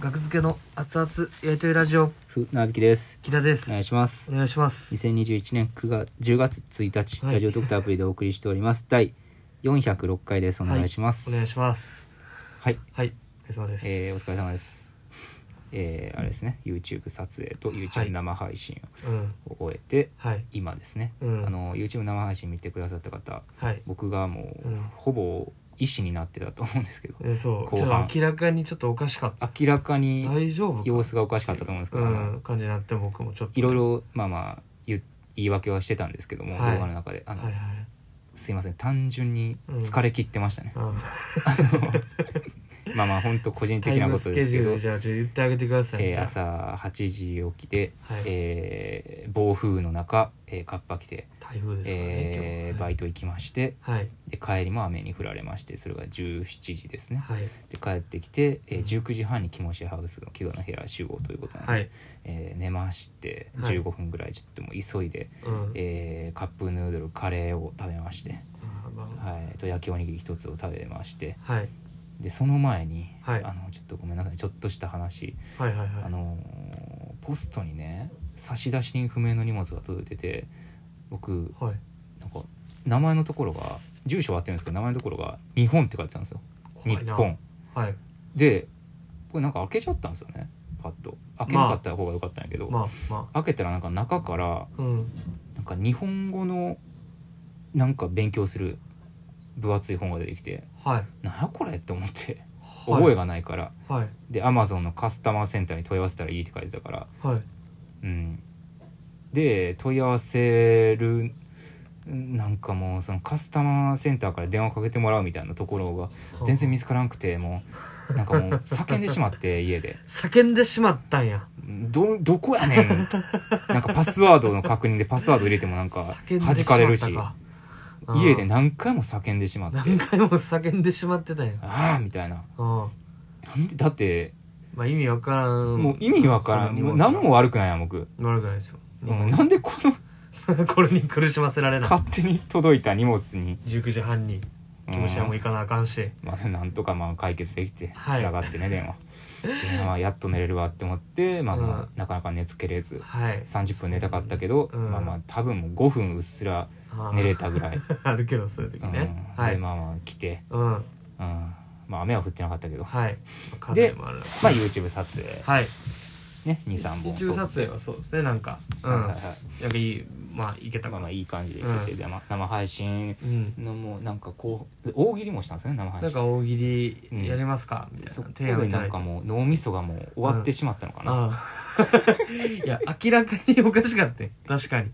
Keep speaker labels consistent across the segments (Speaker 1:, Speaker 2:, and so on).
Speaker 1: 学付けの熱々やりとりラジオ
Speaker 2: 船引きです
Speaker 1: 木田です
Speaker 2: お願いします
Speaker 1: お願いします
Speaker 2: 2021年9月10月1日、
Speaker 1: はい
Speaker 2: ラジオドクターアプリでお送りしております第406回ですお願いします
Speaker 1: お
Speaker 2: はい、
Speaker 1: 願いしますはいお疲れ様です、
Speaker 2: えーお疲れ様ですえー、あれですね YouTube 撮影と
Speaker 1: はい
Speaker 2: YouTube 生配信
Speaker 1: うん
Speaker 2: を終えて、
Speaker 1: はい
Speaker 2: 今ですね、
Speaker 1: うん
Speaker 2: あの YouTube 生配信見てくださった方
Speaker 1: はい
Speaker 2: 僕がもう、
Speaker 1: うん
Speaker 2: ほぼ医師になってたと思うんですけど
Speaker 1: えーそう
Speaker 2: 後
Speaker 1: ちょ
Speaker 2: 半
Speaker 1: っと明らかにちょっとおかしかった
Speaker 2: 明らかに
Speaker 1: 大丈夫か
Speaker 2: 様子がおかしかったと思うんですけど、あ
Speaker 1: う
Speaker 2: の
Speaker 1: ん感じになって僕もちょっと
Speaker 2: いろいろまあまあ言う言い訳はしてたんですけども、
Speaker 1: はい
Speaker 2: 動画の中であ
Speaker 1: はい
Speaker 2: の、
Speaker 1: はい
Speaker 2: すいません単純に疲れ切ってま したね、
Speaker 1: うん
Speaker 2: まあまあ本当個人的なことです
Speaker 1: タイムスケジ
Speaker 2: け
Speaker 1: ュー
Speaker 2: ど
Speaker 1: ル、じゃあちょっと言ってあげてください、
Speaker 2: え
Speaker 1: じ
Speaker 2: ー
Speaker 1: ゃあ
Speaker 2: 朝8時起きで、
Speaker 1: はい
Speaker 2: えー暴風雨の中、えー、カッパ着て、
Speaker 1: 台風ですからね、
Speaker 2: えー
Speaker 1: 今日
Speaker 2: バイト行きまして
Speaker 1: はい
Speaker 2: で帰りも雨に降られましてそれが17時ですね、
Speaker 1: はい
Speaker 2: で帰ってきて、えー
Speaker 1: うん
Speaker 2: 19時半にキモシハウスの木戸の部屋集合ということなので、
Speaker 1: はい、
Speaker 2: えー寝まして
Speaker 1: はい
Speaker 2: 15分ぐらいちょっともう急いで、
Speaker 1: うん
Speaker 2: えーカップヌードルカレーを食べまして、
Speaker 1: あーまあ
Speaker 2: はい、と焼きおにぎり一つを食べまして
Speaker 1: はい
Speaker 2: でその前に、
Speaker 1: はい
Speaker 2: あのちょっとごめんなさいちょっとした話、
Speaker 1: はいはいはい
Speaker 2: あのーポストにね差出人不明の荷物が届いてて僕
Speaker 1: はい
Speaker 2: なんか名前のところが住所は合ってるんですけど名前のところが「日本」って書いてたんですよ「日
Speaker 1: 怖いな
Speaker 2: 本
Speaker 1: はい」
Speaker 2: でこれなんか開けちゃったんですよねパッと開けなかった方が良かったんやけど、
Speaker 1: まあま
Speaker 2: 開けたらなんか中から
Speaker 1: あうん
Speaker 2: なんか日本語のなんか勉強する分厚い本が出てきて
Speaker 1: はい
Speaker 2: 「なんやこれ?」って思って
Speaker 1: はい
Speaker 2: 覚えがないから、
Speaker 1: はい
Speaker 2: でアマゾンのカスタマーセンターに問い合わせたらいいって書いてたから
Speaker 1: はい
Speaker 2: うんで問い合わせるうんなんかもうそのカスタマーセンターから電話かけてもらうみたいなところが全然見つからなくてもうなんかもう叫んでしまって家で
Speaker 1: 叫んでしまったんや
Speaker 2: どどこやねんなんかパスワードの確認でパスワード入れてもなんか
Speaker 1: 叫んで
Speaker 2: 弾かれるし
Speaker 1: しまったか
Speaker 2: 家で
Speaker 1: うん
Speaker 2: 何回も叫んでしまって
Speaker 1: 何回も叫んでしまってたんや
Speaker 2: ああみたいな
Speaker 1: うん
Speaker 2: なんでだって
Speaker 1: まあ意味わからん
Speaker 2: もう意味わから
Speaker 1: そ
Speaker 2: ん
Speaker 1: の荷
Speaker 2: もう
Speaker 1: 物は
Speaker 2: 何も悪くないやん僕
Speaker 1: 悪くないですよ
Speaker 2: うんなんでこの
Speaker 1: これに苦しませられない
Speaker 2: 勝手に届いた荷物に
Speaker 1: 19時半に気持ちはもう
Speaker 2: うん
Speaker 1: 行かなあかんし
Speaker 2: まあ、なんとかまあ解決できて
Speaker 1: はい
Speaker 2: つながってね、電話でまあやっと寝れるわって思って、まあまあ
Speaker 1: う
Speaker 2: なかなか寝つけれず
Speaker 1: はい
Speaker 2: 30分寝たかったけど、
Speaker 1: うん
Speaker 2: まあまあ多分もう5分うっすら寝れたぐらい、
Speaker 1: あー あるけどそういう時
Speaker 2: うん
Speaker 1: ねは
Speaker 2: で
Speaker 1: い
Speaker 2: まあまあ来て、
Speaker 1: うん
Speaker 2: うんまあ、雨は降ってなかったけど、
Speaker 1: はい風もある
Speaker 2: まあ、YouTube 撮影、
Speaker 1: はい
Speaker 2: ね、23本撮
Speaker 1: 中
Speaker 2: って
Speaker 1: 撮影はそうですねなんかうん
Speaker 2: はいはい
Speaker 1: な
Speaker 2: は
Speaker 1: んかいいまあいけ
Speaker 2: い
Speaker 1: た
Speaker 2: まあ
Speaker 1: か
Speaker 2: ま
Speaker 1: な
Speaker 2: あいい感じで来てて、
Speaker 1: う
Speaker 2: でまあ生配信
Speaker 1: うん
Speaker 2: のもうなんかこう大喜利もしたんですよね生
Speaker 1: な
Speaker 2: 配
Speaker 1: ん
Speaker 2: 信
Speaker 1: か大喜利やりますかみたい
Speaker 2: そ
Speaker 1: な
Speaker 2: こで
Speaker 1: 提案をいた
Speaker 2: な
Speaker 1: だい
Speaker 2: ん
Speaker 1: て
Speaker 2: かもう脳みそがもう終わってしまったのかな、
Speaker 1: ああ いや明らかにおかしかったよ 確かに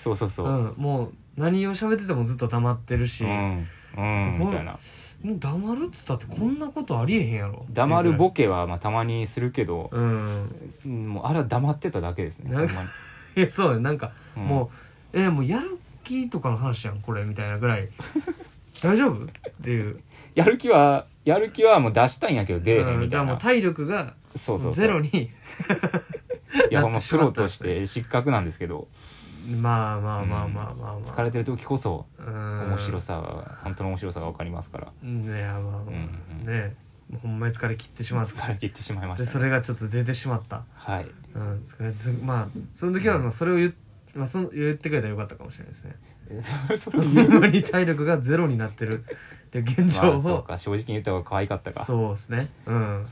Speaker 2: そうそうそうう、
Speaker 1: んもう何を喋っててもずっと黙ってるし、
Speaker 2: うん、うん、みたいな
Speaker 1: もう黙るっつったってこんなことありえへんやろ
Speaker 2: 黙るボ
Speaker 1: ケ
Speaker 2: ケはまあたまにするけど、
Speaker 1: うん
Speaker 2: うんもうあれは黙ってただけですね
Speaker 1: なんか
Speaker 2: ほんま
Speaker 1: いやそうねなんか、
Speaker 2: に、ん
Speaker 1: もうえーもうやる気とかの話やんこれみたいなぐらい 大丈夫っていう
Speaker 2: やる気はやる気はもう出したいんやけど出えへん
Speaker 1: うん
Speaker 2: み
Speaker 1: だから
Speaker 2: たいな、
Speaker 1: もう体力が
Speaker 2: そうそうそう
Speaker 1: ゼロに
Speaker 2: いやほん
Speaker 1: なっ
Speaker 2: ま
Speaker 1: てし
Speaker 2: プ
Speaker 1: ま
Speaker 2: ロ
Speaker 1: ったんで
Speaker 2: とし
Speaker 1: すね
Speaker 2: て失格なんですけど
Speaker 1: まあまあまあまあまあまあ、
Speaker 2: 疲れてる時こそ
Speaker 1: うん
Speaker 2: 面白さが本当の面白さが分かりますから
Speaker 1: うんいやまあまあ、
Speaker 2: うん
Speaker 1: ねもうほんまに疲れ切ってしまった
Speaker 2: 疲れ切ってしまいま
Speaker 1: で
Speaker 2: した
Speaker 1: そ
Speaker 2: ね、
Speaker 1: れがちょっと出てしまった、
Speaker 2: はい
Speaker 1: うん、疲れずまあその時はまあそれを言っ,、まあ、その言ってくれたらよかったかもしれない ですね
Speaker 2: えそれそれを言う
Speaker 1: 無に体力がゼロになってるっていう 現
Speaker 2: ま
Speaker 1: 状
Speaker 2: あそう
Speaker 1: を、
Speaker 2: か正直に言った方が可愛かったか
Speaker 1: そうですねうん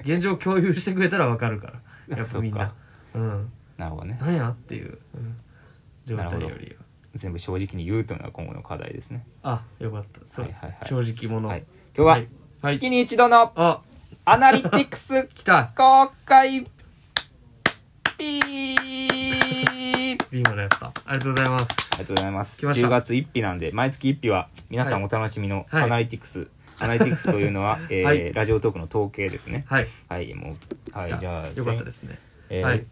Speaker 1: 現状を共有してくれたらわかるからやっぱみん
Speaker 2: そ
Speaker 1: な
Speaker 2: っか
Speaker 1: うん
Speaker 2: なるほどね
Speaker 1: なんやっていう、うん、状態
Speaker 2: な
Speaker 1: よ
Speaker 2: るほ
Speaker 1: りは
Speaker 2: 全部正直に言うというのが今後の課題ですね
Speaker 1: あよかったそうです、
Speaker 2: はいはいはい
Speaker 1: 正直者
Speaker 2: はい今日は、
Speaker 1: はいはい
Speaker 2: 月に一度の
Speaker 1: あ
Speaker 2: アナリティクス
Speaker 1: 来た
Speaker 2: 公開ピー
Speaker 1: ビーマのやったありがとうございます
Speaker 2: ありがとうございます。
Speaker 1: 来ました
Speaker 2: 10月1日なんで、毎月1日は皆さんお楽しみの
Speaker 1: はい
Speaker 2: アナリティクス。アナリティクスというの は、えー
Speaker 1: はい
Speaker 2: ラジオトークの統計ですね。
Speaker 1: はい
Speaker 2: はい、もう、はい、
Speaker 1: 来た
Speaker 2: じゃあ、。
Speaker 1: よかったですすね
Speaker 2: えー
Speaker 1: はい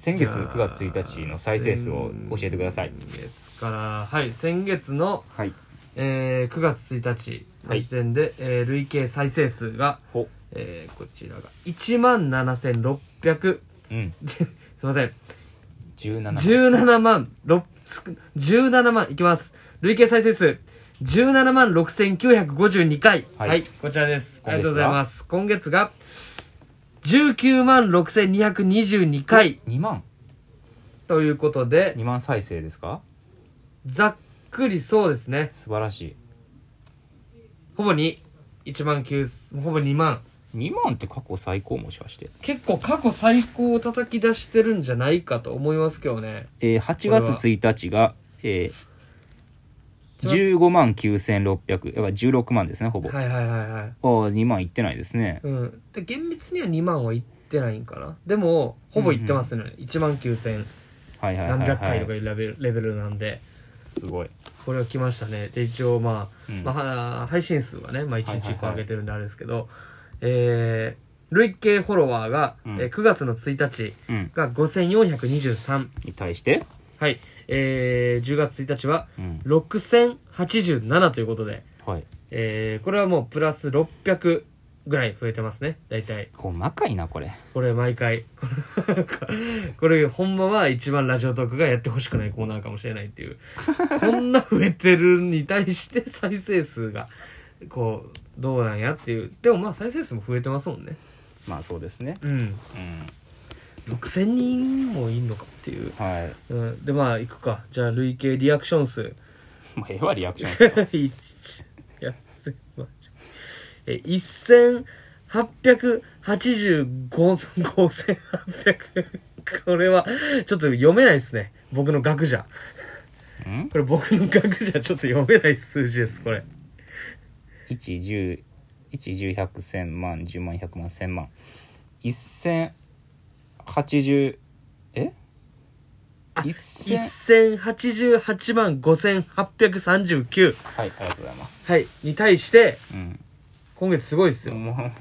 Speaker 2: 先月9月1日の再生数を教えてください。
Speaker 1: 先月からはい先月の、
Speaker 2: はい。
Speaker 1: えー9月1日の時点で、えー累計再生数が、
Speaker 2: ほ、
Speaker 1: えーこちらが1万7600
Speaker 2: うん、
Speaker 1: じゅ すいません
Speaker 2: 17。
Speaker 1: 17万6 17万いきます累計再生数17万6952回
Speaker 2: は
Speaker 1: はいい、こちらですあり
Speaker 2: 今月は
Speaker 1: がとうございます今月が19万6222回
Speaker 2: 2万
Speaker 1: ということで、
Speaker 2: 2万再生ですか
Speaker 1: ざっくりそうですね。
Speaker 2: 素晴らし
Speaker 1: ほぼ2、1万9、ほぼ2万。
Speaker 2: い2万って過去最高もしかして、
Speaker 1: 結構過去最高を叩き出してるんじゃないかと思いますけどね。
Speaker 2: えー、8
Speaker 1: これ
Speaker 2: 月
Speaker 1: は
Speaker 2: 1日が、えー、15万9600やばい16万ですねほぼ、あ
Speaker 1: はいはいはいはい。
Speaker 2: あ2万いってないですね
Speaker 1: うん。で、厳密には2万はいってないんかな。でも、ほぼいってますね。1万9000
Speaker 2: はいはいは
Speaker 1: 何
Speaker 2: い、はい、
Speaker 1: 百回とかいうレベルレベルなんで、
Speaker 2: すごい、
Speaker 1: これは来ましたね。で、一応まあ、
Speaker 2: うん
Speaker 1: まあ、は配信数はね、まあ、1日1個
Speaker 2: はいはいはい
Speaker 1: 上げてるんであれですけど、えー、累計フォロワーが、
Speaker 2: うん
Speaker 1: えー9月の1日
Speaker 2: うん、
Speaker 1: が5423。
Speaker 2: に対して、
Speaker 1: はい。えー、10月1日は
Speaker 2: うん
Speaker 1: 6087ということで、
Speaker 2: はい、
Speaker 1: えー、これはもうプラス600ぐらい増えてますね。大体。
Speaker 2: 細かいなこれ
Speaker 1: これ毎回。 これなんかこれほんまは一番ラジオトークがやってほしくないコーナーかもしれないっていう。こんな増えてるに対して再生数が、こう、どうなんやっていう。でもまあ再生数も増えてますもんね。
Speaker 2: まあそうですね
Speaker 1: うん。
Speaker 2: うん
Speaker 1: 6000人もいんのかっていう。
Speaker 2: はい
Speaker 1: うん。でまあいくか。じゃあ累計リアクション数。
Speaker 2: まあええわリアクションですよ
Speaker 1: いやすいませんえ1885 5800これはちょっと読めないですね僕の額じゃ
Speaker 2: うん
Speaker 1: これ僕の額じゃちょっと読めない数字ですこれ
Speaker 2: 1 1 1 1 0 0千万10万100万1000万1080え
Speaker 1: あ
Speaker 2: 1000
Speaker 1: 1088万5839
Speaker 2: はいありがとうございます
Speaker 1: はいに対して
Speaker 2: うん
Speaker 1: 今月すごいですよ
Speaker 2: もうもう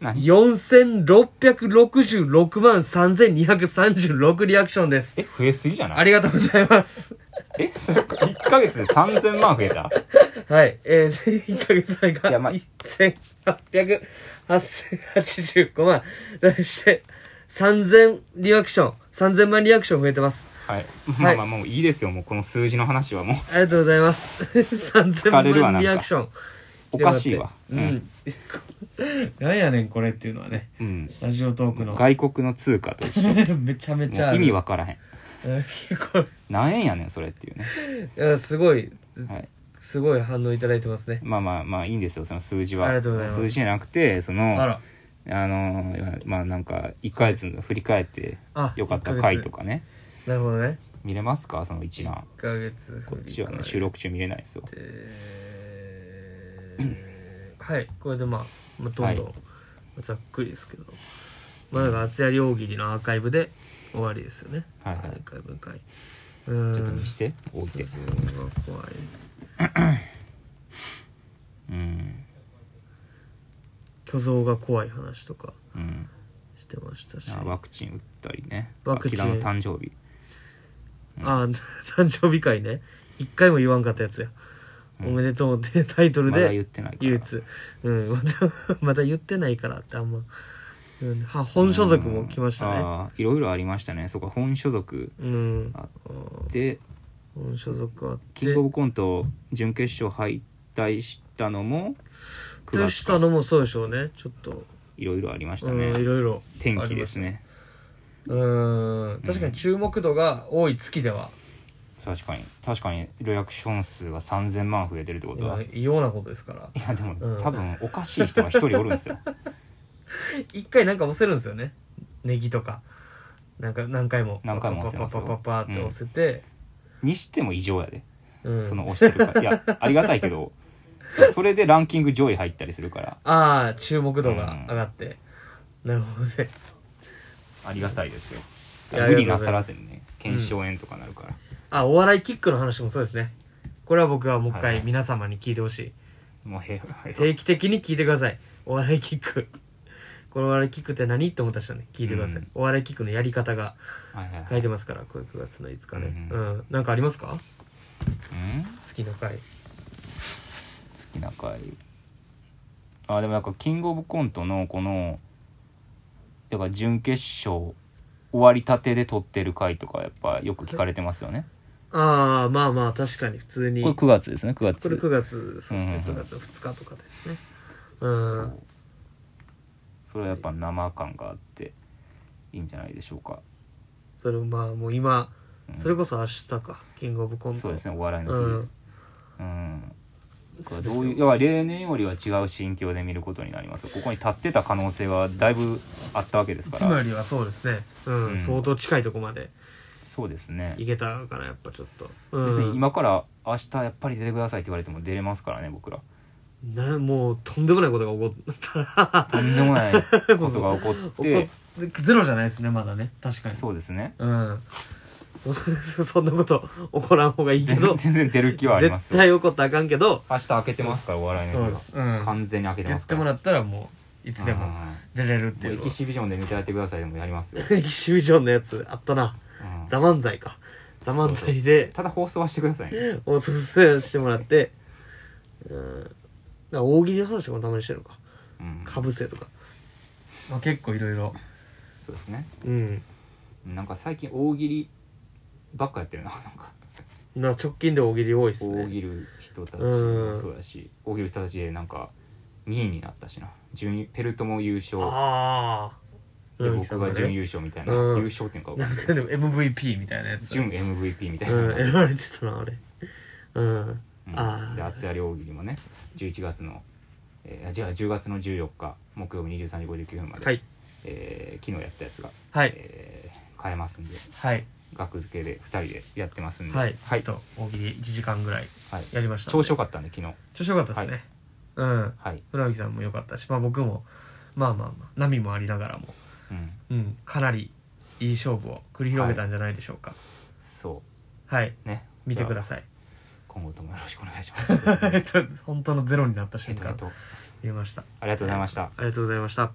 Speaker 2: 何
Speaker 1: 4666万3236リアクションです
Speaker 2: え増えすぎじゃない
Speaker 1: ありがとうございます
Speaker 2: えそれか1ヶ月で3000万増えた
Speaker 1: はい。えー、1ヶ月前が
Speaker 2: いやまあ
Speaker 1: 1800、8085万。題して、3000リアクション、3000万リアクション増えてます。
Speaker 2: はいまあまあもういいですよもうこの数字の話はもう
Speaker 1: ありがとうございます。
Speaker 2: 疲れる
Speaker 1: 3000
Speaker 2: わな
Speaker 1: 万
Speaker 2: んか
Speaker 1: リアクション。
Speaker 2: おかしいわ
Speaker 1: で待ってうん。 なんやねん、これっていうのはね。
Speaker 2: うん
Speaker 1: ラジオトークの。
Speaker 2: 外国の通貨と 一緒
Speaker 1: めちゃめち
Speaker 2: も
Speaker 1: ゃあ
Speaker 2: う
Speaker 1: る。
Speaker 2: 意味わからへん
Speaker 1: うん。こ
Speaker 2: 何円やねんそれっていうね
Speaker 1: れ いやすごい、
Speaker 2: はい
Speaker 1: すごい反応いただいてますね。
Speaker 2: まあまあまあいいんですよその数字は
Speaker 1: ありがとうございます
Speaker 2: 数字じゃなくてその
Speaker 1: あら。
Speaker 2: あのーまあなんか1ヶ月振り返って
Speaker 1: あ
Speaker 2: よかった
Speaker 1: 一ヶ
Speaker 2: 回
Speaker 1: 月
Speaker 2: とかね
Speaker 1: なるほどね。
Speaker 2: 見れますかその一覧
Speaker 1: 1ヶ月。
Speaker 2: こっちはね収録中見れないですよ
Speaker 1: えーはいこれでまあ、まあ、どんどん、
Speaker 2: は
Speaker 1: ざっくりですけどまあだから厚やり大喜利のアーカイブで終わりですよね
Speaker 2: はいはい
Speaker 1: アーカイブ会うーん
Speaker 2: ちょっと見して置いて
Speaker 1: そう怖い
Speaker 2: うん
Speaker 1: 虚像が怖い話とか
Speaker 2: うん
Speaker 1: してましたし
Speaker 2: あワクチン打ったりね
Speaker 1: ワクチン
Speaker 2: あキラの誕生日
Speaker 1: あ ー誕生日会ね一回も言わんかったやつや、おめでとうってタイトル
Speaker 2: まだ言っ
Speaker 1: で
Speaker 2: てないから
Speaker 1: 唯一、うん、 まだまだ言ってないからってあんま、うん、は本所属も来ましたね
Speaker 2: あーいろいろありましたねそうか本所属
Speaker 1: うん
Speaker 2: あで
Speaker 1: うん所属あっ
Speaker 2: キ
Speaker 1: て
Speaker 2: ングオブコント準決勝敗退したのも9
Speaker 1: 出
Speaker 2: 月
Speaker 1: したのもそうでしょうねちょっと、
Speaker 2: いろいろありました
Speaker 1: う
Speaker 2: ね
Speaker 1: んいろいろ
Speaker 2: 天気です
Speaker 1: ね
Speaker 2: ね
Speaker 1: うん確かに注目度が多い月では、
Speaker 2: 確かに確かに予約ション数が3000万増えてるってことは
Speaker 1: 今異様なことですから
Speaker 2: いやでも、
Speaker 1: うん
Speaker 2: 多分おかしい人が一人おるん ですよ
Speaker 1: 一回なんか押せるんですよねネギとかなんか何回も
Speaker 2: 何回も押せます
Speaker 1: パ
Speaker 2: よ
Speaker 1: パパパパパって押せて、
Speaker 2: にしても異常やで、
Speaker 1: うん
Speaker 2: その押してるからいやありがたいけどそうそれでランキング上位入ったりするから
Speaker 1: ああ注目度が上がって、なるほどね
Speaker 2: ありがたいですよ
Speaker 1: いや
Speaker 2: 無理なさらずにね検証炎とかなるから、
Speaker 1: あお笑いキックの話もそうですねこれは僕はもう一
Speaker 2: はいは
Speaker 1: 回
Speaker 2: い
Speaker 1: 皆様に聞いてほしい、
Speaker 2: もうへへ
Speaker 1: 定期的に聞いてくださいお笑いキックこのお笑いキックって何って思った人はね聞いてください、
Speaker 2: うん
Speaker 1: お笑いキックのやり方が
Speaker 2: はいはいは
Speaker 1: 書
Speaker 2: い
Speaker 1: いてますからこれ9月の5日ねう、
Speaker 2: うんん
Speaker 1: なんかありますか
Speaker 2: うん
Speaker 1: 好きな回
Speaker 2: 好きな回あでもなんかキングオブコントのこのだから準決勝終わりたてで撮ってる回とかやっぱよく聞かれてますよね
Speaker 1: ああまあまあ確かに普通に
Speaker 2: これ9月ですね9月
Speaker 1: これ9月そうですね
Speaker 2: う
Speaker 1: 9
Speaker 2: んうんうん
Speaker 1: 月の2日とかですねうん
Speaker 2: そうそれはやっぱ生感があっていいんじゃないでしょうか、
Speaker 1: それもまあもう今
Speaker 2: うん
Speaker 1: それこそ明日かキングオブコント
Speaker 2: そうですねお笑いの
Speaker 1: うん
Speaker 2: 日うんこれはどういういや例年よりは違う心境で見ることになりますよここに立ってた可能性はだいぶあったわけですか
Speaker 1: つま
Speaker 2: ら
Speaker 1: りはそうですね、うん
Speaker 2: うん
Speaker 1: 相当近いとこまで
Speaker 2: そうですね
Speaker 1: いけたからやっぱちょっと、う
Speaker 2: 別に
Speaker 1: ん、
Speaker 2: 今から明日やっぱり出てくださいって言われても出れますから ね僕ら
Speaker 1: なもうとんでもないことが起こったら
Speaker 2: とんでもないことが起こっ
Speaker 1: 起
Speaker 2: て
Speaker 1: こっゼロじゃないですねまだね確かに
Speaker 2: そうですね
Speaker 1: うん そんなこと起こらん方がいいけ
Speaker 2: 全
Speaker 1: ど
Speaker 2: 然
Speaker 1: 絶
Speaker 2: 全然出る気はありますよ
Speaker 1: 対起こったらあかんけど
Speaker 2: 明日開けてますからお笑い
Speaker 1: そう
Speaker 2: の日
Speaker 1: で
Speaker 2: は
Speaker 1: す、うん、
Speaker 2: 完全に開けて
Speaker 1: 言
Speaker 2: ま
Speaker 1: っ
Speaker 2: すか
Speaker 1: て
Speaker 2: ら
Speaker 1: もらったらもういつで
Speaker 2: うん
Speaker 1: も出れるっていう
Speaker 2: エ
Speaker 1: の
Speaker 2: キシビジョンで見てやってくださいでもやりますよ、
Speaker 1: エキシビジョンのやつあったな「
Speaker 2: うん
Speaker 1: ザ漫才か「ザ漫才で
Speaker 2: ただ放送はしてくださいね
Speaker 1: 放送してもらってうんだから大喜利の話とかもたまにしてるのか
Speaker 2: うん
Speaker 1: かぶせとか、まあ、結構いろいろ
Speaker 2: そうですね
Speaker 1: うん
Speaker 2: なんか最近大喜利ばっかやってるななん か
Speaker 1: な直近で大喜利多いっすね
Speaker 2: 大喜利人たち
Speaker 1: うん
Speaker 2: もそうだし大喜利人たちでなんか2位になったしな準ペルトも優勝
Speaker 1: ああ
Speaker 2: で僕が準優勝みたいな、
Speaker 1: うん
Speaker 2: 優勝っていうか
Speaker 1: なんかでも MVP みたいなやつ
Speaker 2: 準 MVP みたいな、
Speaker 1: うん選ばれてたなあれうん
Speaker 2: うん
Speaker 1: あー
Speaker 2: で厚やり大喜利もね11月の、えー、じゃあ10月の14日木曜日23時59分まで、
Speaker 1: はい
Speaker 2: えー昨日やったやつが、
Speaker 1: はい
Speaker 2: えー変えますんで
Speaker 1: はい
Speaker 2: 額付けで2人でやってますんで
Speaker 1: は、
Speaker 2: はいは
Speaker 1: はいい、と大喜利1時間ぐらいやりましたんで
Speaker 2: 調子よかったね昨日
Speaker 1: 調子よかったですね、うん
Speaker 2: はい、
Speaker 1: 船木さんも良かったし、まあ、僕もまあまあまあ波もありながらも、
Speaker 2: うん、
Speaker 1: うん、かなりいい勝負を繰り広げたんじゃないでしょうか
Speaker 2: そ
Speaker 1: はい、
Speaker 2: うね
Speaker 1: 見てくだ
Speaker 2: い
Speaker 1: さい
Speaker 2: 今後ともよろしくお願いします えっと
Speaker 1: えっと本当のゼロになった
Speaker 2: え
Speaker 1: 瞬
Speaker 2: っとえっ
Speaker 1: 間
Speaker 2: と
Speaker 1: 見えました
Speaker 2: ありがとうございました
Speaker 1: ありがとうございました